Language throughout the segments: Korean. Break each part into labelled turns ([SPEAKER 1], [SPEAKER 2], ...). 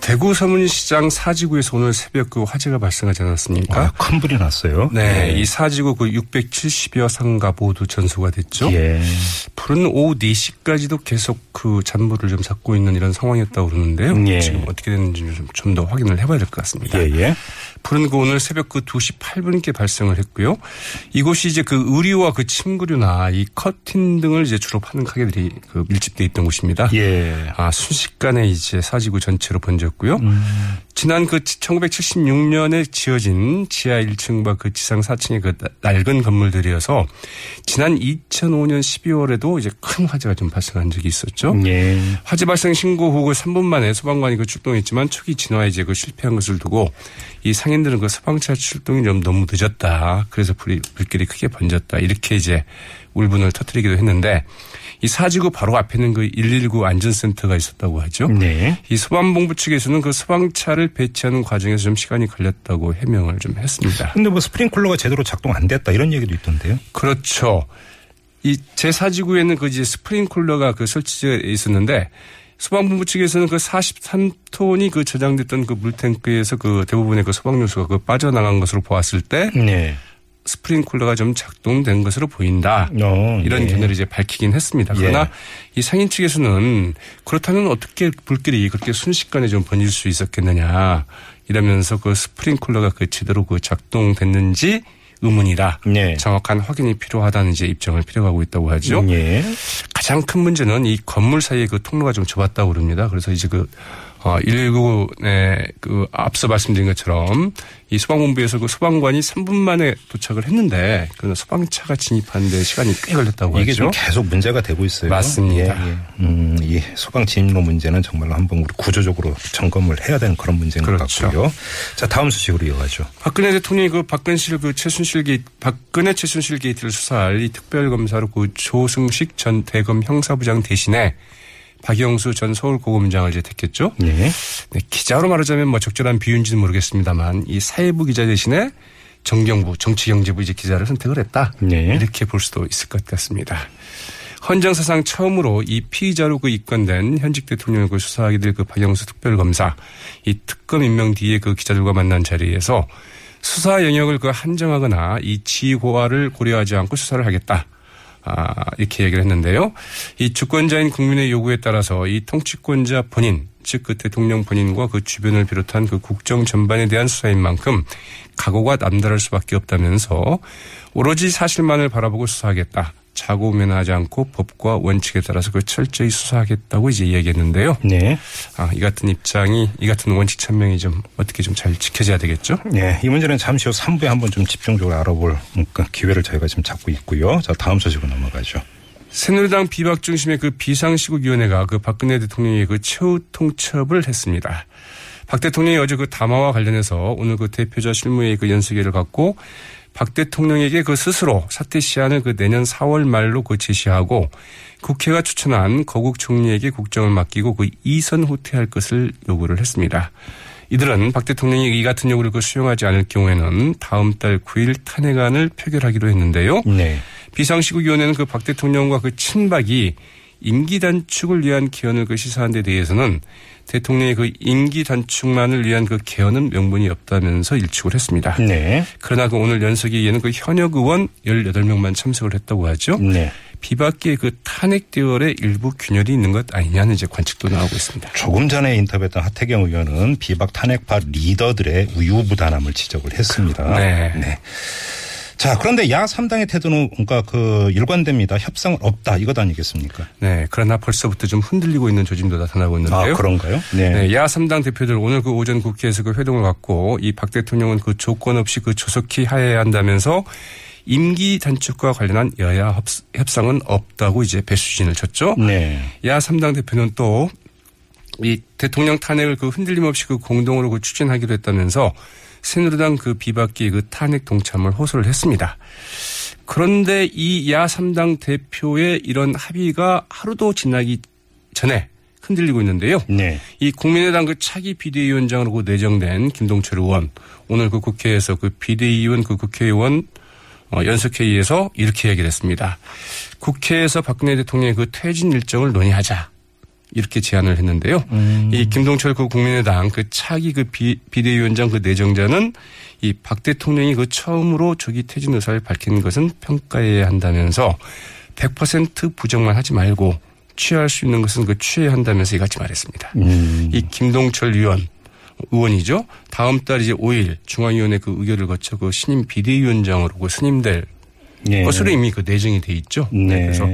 [SPEAKER 1] 대구 서문시장 사지구에서 오늘 새벽 그 화재가 발생하지 않았습니까?
[SPEAKER 2] 아, 큰 불이 났어요. 예,
[SPEAKER 1] 네, 이 사지구 그 670여 상가 모두 전소가 됐죠.
[SPEAKER 2] 예.
[SPEAKER 1] 불은 오후 4시까지도 계속 그 잔불을 좀 잡고 있는 이런 상황이었다고 그러는데요.
[SPEAKER 2] 예.
[SPEAKER 1] 지금 어떻게 되는지 좀 더 확인을 해봐야 될 것 같습니다.
[SPEAKER 2] 예, 예.
[SPEAKER 1] 불은 그 오늘 새벽 그 2시 8분께 발생을 했고요. 이곳이 이제 그 의류와 그 침구류나 이 커튼 등을 이제 주로 파는 가게들이 그 밀집돼 있던 곳입니다.
[SPEAKER 2] 예.
[SPEAKER 1] 아, 순식간에 이제 사지구 전체로 번졌고요. 지난 그 1976년에 지어진 지하 1층과 그 지상 4층의 그 나- 낡은 건물들이어서 지난 2005년 12월에도 이제 큰 화재가 좀 발생한 적이 있었죠.
[SPEAKER 2] 예.
[SPEAKER 1] 화재 발생 신고 후 그 3분 만에 소방관이 그 출동했지만 초기 진화에 이제 그 실패한 것을 두고 이 상인들은 그 소방차 출동이 좀 너무 늦었다. 그래서 불이, 불길이 크게 번졌다. 이렇게 이제 울분을 터뜨리기도 했는데 이 사지구 바로 앞에는 그 119 안전센터가 있었다고 하죠.
[SPEAKER 2] 네.
[SPEAKER 1] 이 소방본부 측에서는 그 소방차를 배치하는 과정에서 좀 시간이 걸렸다고 해명을 좀 했습니다.
[SPEAKER 2] 근데 뭐 스프링클러가 제대로 작동 안 됐다 이런 얘기도 있던데요.
[SPEAKER 1] 그렇죠. 이 제사지구에는 그 이제 스프링쿨러가 그 설치되어 있었는데 소방본부 측에서는 그 43톤이 그 저장됐던 그 물탱크에서 그 대부분의 그 소방요소가 그 빠져나간 것으로 보았을 때
[SPEAKER 2] 네.
[SPEAKER 1] 스프링쿨러가 좀 작동된 것으로 보인다.
[SPEAKER 2] 어,
[SPEAKER 1] 이런
[SPEAKER 2] 예.
[SPEAKER 1] 견해를 이제 밝히긴 했습니다. 그러나
[SPEAKER 2] 예.
[SPEAKER 1] 이 상인 측에서는 그렇다면 어떻게 불길이 그렇게 순식간에 좀 번질 수 있었겠느냐 이러면서 그 스프링쿨러가 그 제대로 그 작동됐는지 의문이다.
[SPEAKER 2] 네.
[SPEAKER 1] 정확한 확인이 필요하다는 이제 입장을 필요하고 있다고 하죠.
[SPEAKER 2] 예.
[SPEAKER 1] 가장 큰 문제는 이 건물 사이에 그 통로가 좀 좁았다고 그럽니다. 그래서 이제 그 어, 119에 그 앞서 말씀드린 것처럼 이 소방본부에서 그 소방관이 3분 만에 도착을 했는데 그 소방차가 진입하는데 시간이 꽤 걸렸다고
[SPEAKER 2] 이게 좀
[SPEAKER 1] 하죠.
[SPEAKER 2] 계속 문제가 되고 있어요.
[SPEAKER 1] 맞습니다.
[SPEAKER 2] 예, 예. 음, 이 소방 진로 문제는 정말로 한번 우리 구조적으로 점검을 해야 되는 그런 문제인
[SPEAKER 1] 그렇죠.
[SPEAKER 2] 것 같고요. 자, 다음 소식으로 이어가죠.
[SPEAKER 1] 박근혜 대통령이 그 박근실 그 최순실 게이 박근혜 최순실 게이트를 수사할 이 특별검사로 그 조승식 전 대검 형사부장 대신에 박영수 전 서울고검장을 이제 택했죠.
[SPEAKER 2] 예.
[SPEAKER 1] 네, 기자로 말하자면 뭐 적절한 비유인지는 모르겠습니다만 이 사회부 기자 대신에 정경부 정치경제부 이제 기자를 선택을 했다
[SPEAKER 2] 네.
[SPEAKER 1] 이렇게 볼 수도 있을 것 같습니다. 헌정사상 처음으로 이 피의자로 그 입건된 현직 대통령을 그 수사하게 될 그 박영수 특별검사 이 특검 임명 뒤에 그 기자들과 만난 자리에서 수사 영역을 그 한정하거나 이 지고화를 고려하지 않고 수사를 하겠다. 아, 이렇게 얘기를 했는데요. 이 주권자인 국민의 요구에 따라서 이 통치권자 본인, 즉 그 대통령 본인과 그 주변을 비롯한 그 국정 전반에 대한 수사인 만큼 각오가 남다를 수밖에 없다면서 오로지 사실만을 바라보고 수사하겠다. 자고 면하지 않고 법과 원칙에 따라서 그 철저히 수사하겠다고 이제 이야기했는데요.
[SPEAKER 2] 네.
[SPEAKER 1] 아, 이 같은 입장이, 이 같은 원칙 천명이 좀 어떻게 좀 잘 지켜져야 되겠죠?
[SPEAKER 2] 네, 이 문제는 잠시 후 3부에 한번 좀 집중적으로 알아볼 그 기회를 저희가 지금 잡고 있고요. 자, 다음 소식으로 넘어가죠.
[SPEAKER 1] 새누리당 비박 중심의 그 비상시국위원회가 그 박근혜 대통령의 그 최후 통첩을 했습니다. 박 대통령이 어제 그 담화와 관련해서 오늘 그 대표자 실무회의 그 연수회를 갖고 박 대통령에게 그 스스로 사퇴 시한을 그 내년 4월 말로 그 제시하고 국회가 추천한 거국 총리에게 국정을 맡기고 그 이선 후퇴할 것을 요구를 했습니다. 이들은 박 대통령이 이 같은 요구를 그 수용하지 않을 경우에는 다음 달 9일 탄핵안을 표결하기로 했는데요.
[SPEAKER 2] 네.
[SPEAKER 1] 비상시국위원회는 그 박 대통령과 그 친박이 임기 단축을 위한 개헌을 그 시사한 데 대해서는 대통령의 그 임기 단축만을 위한 그 개헌은 명분이 없다면서 일축을 했습니다.
[SPEAKER 2] 네.
[SPEAKER 1] 그러나 그 오늘 연석위에는 그 현역 의원 18명만 참석을 했다고 하죠.
[SPEAKER 2] 네.
[SPEAKER 1] 비박계 그 탄핵 대열에 일부 균열이 있는 것 아니냐는 이제 관측도 나오고 있습니다.
[SPEAKER 2] 조금 전에 인터뷰했던 하태경 의원은 비박 탄핵파 리더들의 우유부단함을 지적을 했습니다.
[SPEAKER 1] 네.
[SPEAKER 2] 자, 그런데 야 3당의 태도는 그러니까 그 일관됩니다. 협상은 없다. 이것 아니겠습니까?
[SPEAKER 1] 네. 그러나 벌써부터 좀 흔들리고 있는 조짐도 나타나고 있는데요.
[SPEAKER 2] 아, 그런가요? 네.
[SPEAKER 1] 네, 야삼당 대표들 오늘 그 오전 국회에서 그 회동을 갖고 이 박 대통령은 그 조건 없이 그 조속히 하해야 한다면서 임기 단축과 관련한 여야 협- 협상은 없다고 이제 배수진을 쳤죠.
[SPEAKER 2] 네.
[SPEAKER 1] 야삼당 대표는 또 이 대통령 탄핵을 그 흔들림 없이 그 공동으로 그 추진하기로 했다면서 새누리당 그 비박계 그 탄핵 동참을 호소를 했습니다. 그런데 이 야3당 대표의 이런 합의가 하루도 지나기 전에 흔들리고 있는데요.
[SPEAKER 2] 네.
[SPEAKER 1] 이 국민의당 그 차기 비대위원장으로 그 내정된 김동철 의원 오늘 그 국회에서 그 비대위원 그 국회의원 어, 연석회의에서 이렇게 얘기를 했습니다. 국회에서 박근혜 대통령의 그 퇴진 일정을 논의하자. 이렇게 제안을 했는데요. 이 김동철 그 국민의당 그 차기 그 비, 비대위원장 그 내정자는 이 박 대통령이 그 처음으로 조기 퇴진 의사를 밝힌 것은 평가해야 한다면서 100% 부정만 하지 말고 취할 수 있는 것은 그 취해야 한다면서 이같이 말했습니다. 이 김동철 의원 의원이죠. 다음 달 이제 5일 중앙위원회 그 의결을 거쳐 그 신임 비대위원장으로 그 스님될
[SPEAKER 2] 예.
[SPEAKER 1] 것으로 이미 그 내정이 돼 있죠.
[SPEAKER 2] 네.
[SPEAKER 1] 그래서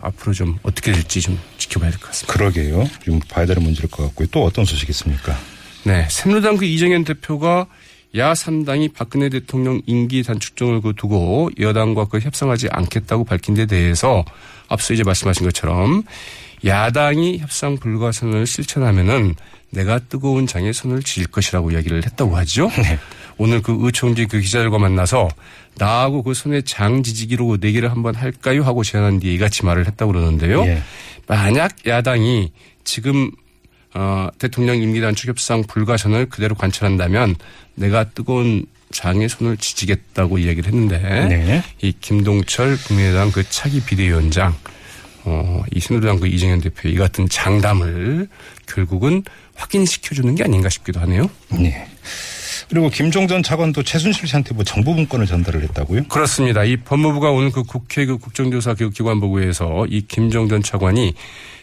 [SPEAKER 1] 앞으로 좀 어떻게 될지 좀 지켜봐야 될 것 같습니다.
[SPEAKER 2] 그러게요. 좀 봐야 될 문제일 것 같고요. 또 어떤 소식이 있습니까?
[SPEAKER 1] 네. 새누리당 그 이정현 대표가 야3당이 박근혜 대통령 임기 단축정을 그 두고 여당과 그 협상하지 않겠다고 밝힌 데 대해서 앞서 이제 말씀하신 것처럼 야당이 협상 불가 선을 실천하면은 내가 뜨거운 장에 손을 질 것이라고 이야기를 했다고 하죠. 오늘 그 의총지 그 기자들과 만나서 나하고 그 손에 장 지지기로 그 내기를 한번 할까요? 하고 제안한 뒤에 이같이 말을 했다고 그러는데요.
[SPEAKER 2] 예.
[SPEAKER 1] 만약 야당이 지금 어, 대통령 임기 단축 협상 불가선을 그대로 관철한다면 내가 뜨거운 장의 손을 지지겠다고 이야기를 했는데
[SPEAKER 2] 네.
[SPEAKER 1] 이 김동철 국민의당 그 차기 비대위원장 어, 이 새누리당 그 이정현 대표의 이 같은 장담을 결국은 확인시켜주는 게 아닌가 싶기도 하네요.
[SPEAKER 2] 네. 그리고 김종전 차관도 최순실 씨한테 뭐 정보 문건을 전달을 했다고요?
[SPEAKER 1] 그렇습니다. 이 법무부가 오늘 그 국회 그 국정조사 교육기관 보고에서 이 김정전 차관이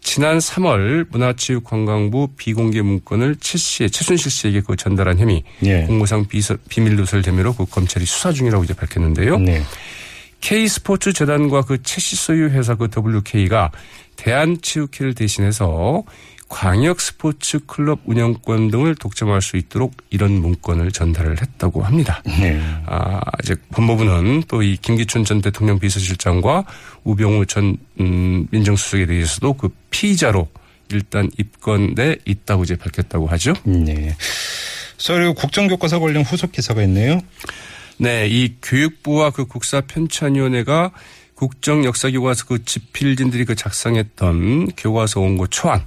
[SPEAKER 1] 지난 3월 문화체육관광부 비공개 문건을 최 씨, 최순실 씨에게 그 전달한 혐의
[SPEAKER 2] 예.
[SPEAKER 1] 공무상 비서, 비밀 누설 혐의로 그 검찰이 수사 중이라고 이제 밝혔는데요.
[SPEAKER 2] 네.
[SPEAKER 1] K 스포츠 재단과 그 채시 소유 회사 그 WK가 대한체육회를 대신해서 광역 스포츠 클럽 운영권 등을 독점할 수 있도록 이런 문건을 전달을 했다고 합니다.
[SPEAKER 2] 네.
[SPEAKER 1] 아, 이제 법무부는 또 이 김기춘 전 대통령 비서실장과 우병우 전 음, 민정수석에 대해서도 그 피의자로 일단 입건돼 있다고 이제 밝혔다고 하죠.
[SPEAKER 2] 네. 그리고 국정교과서 관련 후속 기사가 있네요.
[SPEAKER 1] 네, 이 교육부와 그 국사 편찬위원회가 국정 역사 교과서 그 집필진들이 그 작성했던 교과서 원고 초안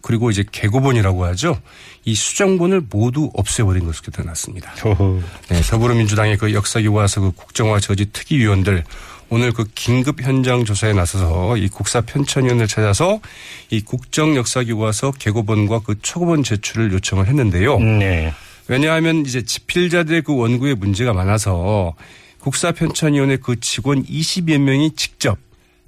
[SPEAKER 1] 그리고 이제 개고본이라고 하죠. 이 수정본을 모두 없애버린 것으로 드러났습니다.
[SPEAKER 2] 허허.
[SPEAKER 1] 네, 더불어민주당의 그 역사교과서 그 국정화 저지 특위위원들 오늘 그 긴급 현장 조사에 나서서 이 국사 편찬위원을 찾아서 이 국정 역사교과서 개고본과 그 초고본 제출을 요청을 했는데요.
[SPEAKER 2] 네.
[SPEAKER 1] 왜냐하면 이제 집필자들의 그 원고에 문제가 많아서 국사 편찬위원회 그 직원 20여 명이 직접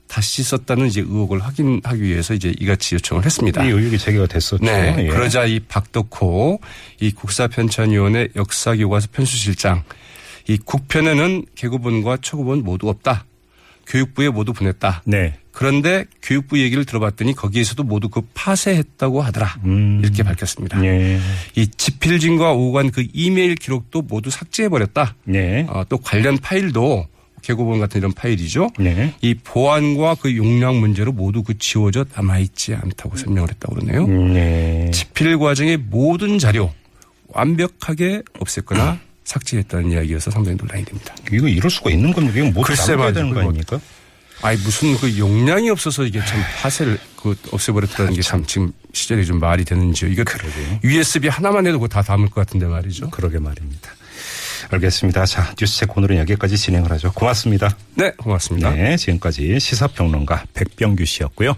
[SPEAKER 1] 다시 썼다는 이제 의혹을 확인하기 위해서 이제 이같이 요청을 했습니다.
[SPEAKER 2] 이 의혹이 제기가 됐었죠.
[SPEAKER 1] 아. 네.
[SPEAKER 2] 예.
[SPEAKER 1] 그러자 이 박덕호 이 국사편찬위원회 역사교과서 편수실장 이 국편에는 개고본과 초고본 모두 없다. 교육부에 모두 보냈다.
[SPEAKER 2] 네.
[SPEAKER 1] 그런데 교육부 얘기를 들어봤더니 거기에서도 모두 그 파쇄했다고 하더라.
[SPEAKER 2] 음.
[SPEAKER 1] 이렇게 밝혔습니다.
[SPEAKER 2] 네.
[SPEAKER 1] 이 지필진과 오간 그 이메일 기록도 모두 삭제해버렸다.
[SPEAKER 2] 네.
[SPEAKER 1] 어, 또 관련 파일도 개고본 같은 이런 파일이죠.
[SPEAKER 2] 네.
[SPEAKER 1] 이 보안과 그 용량 문제로 모두 그 지워져 남아있지
[SPEAKER 2] 음.
[SPEAKER 1] 않다고 설명을 했다고 그러네요. 예.
[SPEAKER 2] 네.
[SPEAKER 1] 집필 과정의 모든 자료 완벽하게 없앴거나 삭제했다는 이야기여서 상당히 논란이 됩니다.
[SPEAKER 2] 이거 이럴 수가 있는 겁니까? 이거 뭐
[SPEAKER 1] 글쎄
[SPEAKER 2] 담겨야 되는 거
[SPEAKER 1] 말이죠.
[SPEAKER 2] 아닙니까?
[SPEAKER 1] 아니 무슨 그 용량이 없어서 이게 참 파쇄를 그 없애버렸다는 게 참 지금 시절이 좀 말이 되는지요. 이거 USB 하나만 해도 그거 다 담을 것 같은데 말이죠.
[SPEAKER 2] 그러게 말입니다. 알겠습니다. 자, 뉴스책 오늘은 여기까지 진행을 하죠. 고맙습니다.
[SPEAKER 1] 네, 고맙습니다.
[SPEAKER 2] 네. 지금까지 시사평론가 백병규 씨였고요.